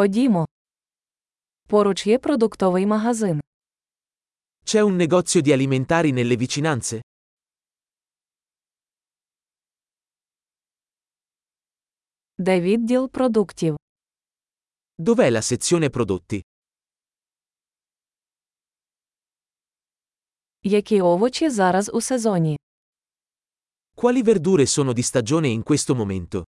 Ходімо. Поруч є продуктовий магазин. C'è un negozio di alimentari nelle vicinanze? Де відділ продуктів? Dov'è la sezione prodotti? Які овочі зараз у сезоні? Quali verdure sono di stagione in questo momento?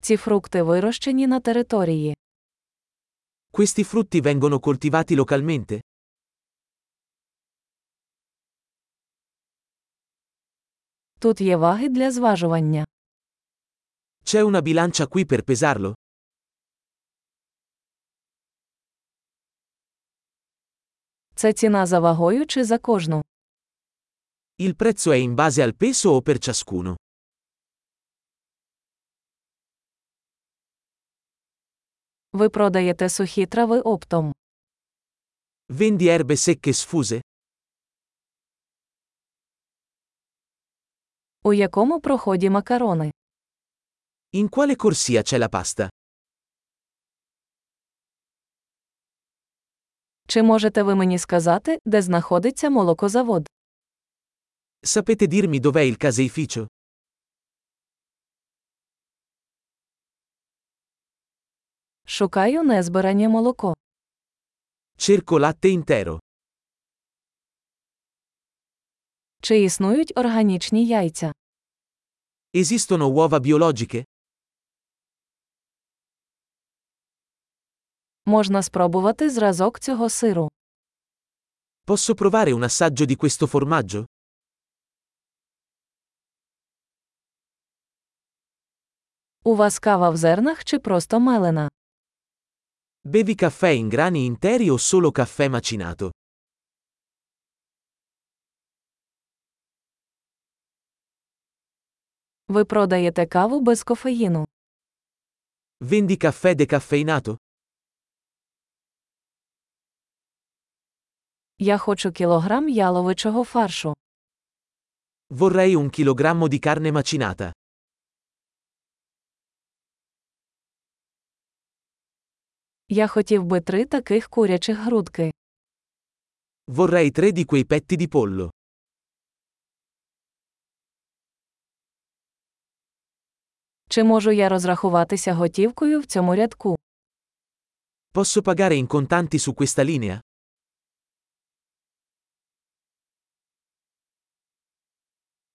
Ці фрукти вирощені на території. Questi frutti vengono coltivati localmente? Тут є ваги для зважування. C'è una bilancia qui per pesarlo? Це ціна за вагою чи за кожну. Il prezzo è in base al peso o per ciascuno? Ви продаєте сухі трави оптом. Vendi erbe secche sfuse? У якому проході макарони? In quale corsia c'è la pasta? Чи можете ви мені сказати, де знаходиться молокозавод? Sapete dirmi dov'è il caseificio? Шукаю незбирання молоко. Cerco latte intero. Чи існують органічні яйця? Esistono uova biologiche? Можна спробувати зразок цього сиру. Posso provare un assaggio di questo formaggio? У вас кава в зернах чи просто мелена? Bevi caffè in grani interi o solo caffè macinato? Ви продаєте каву без кофеїну. Vendi caffè decaffeinato? Я хочу кілограм яловичого фаршу. Vorrei un chilogrammo di carne macinata. Я хотів би три таких курячих грудки. Vorrei tre di quei petti di pollo. Чи можу я розрахуватися готівкою в цьому рядку? Posso pagare in contanti su questa linea?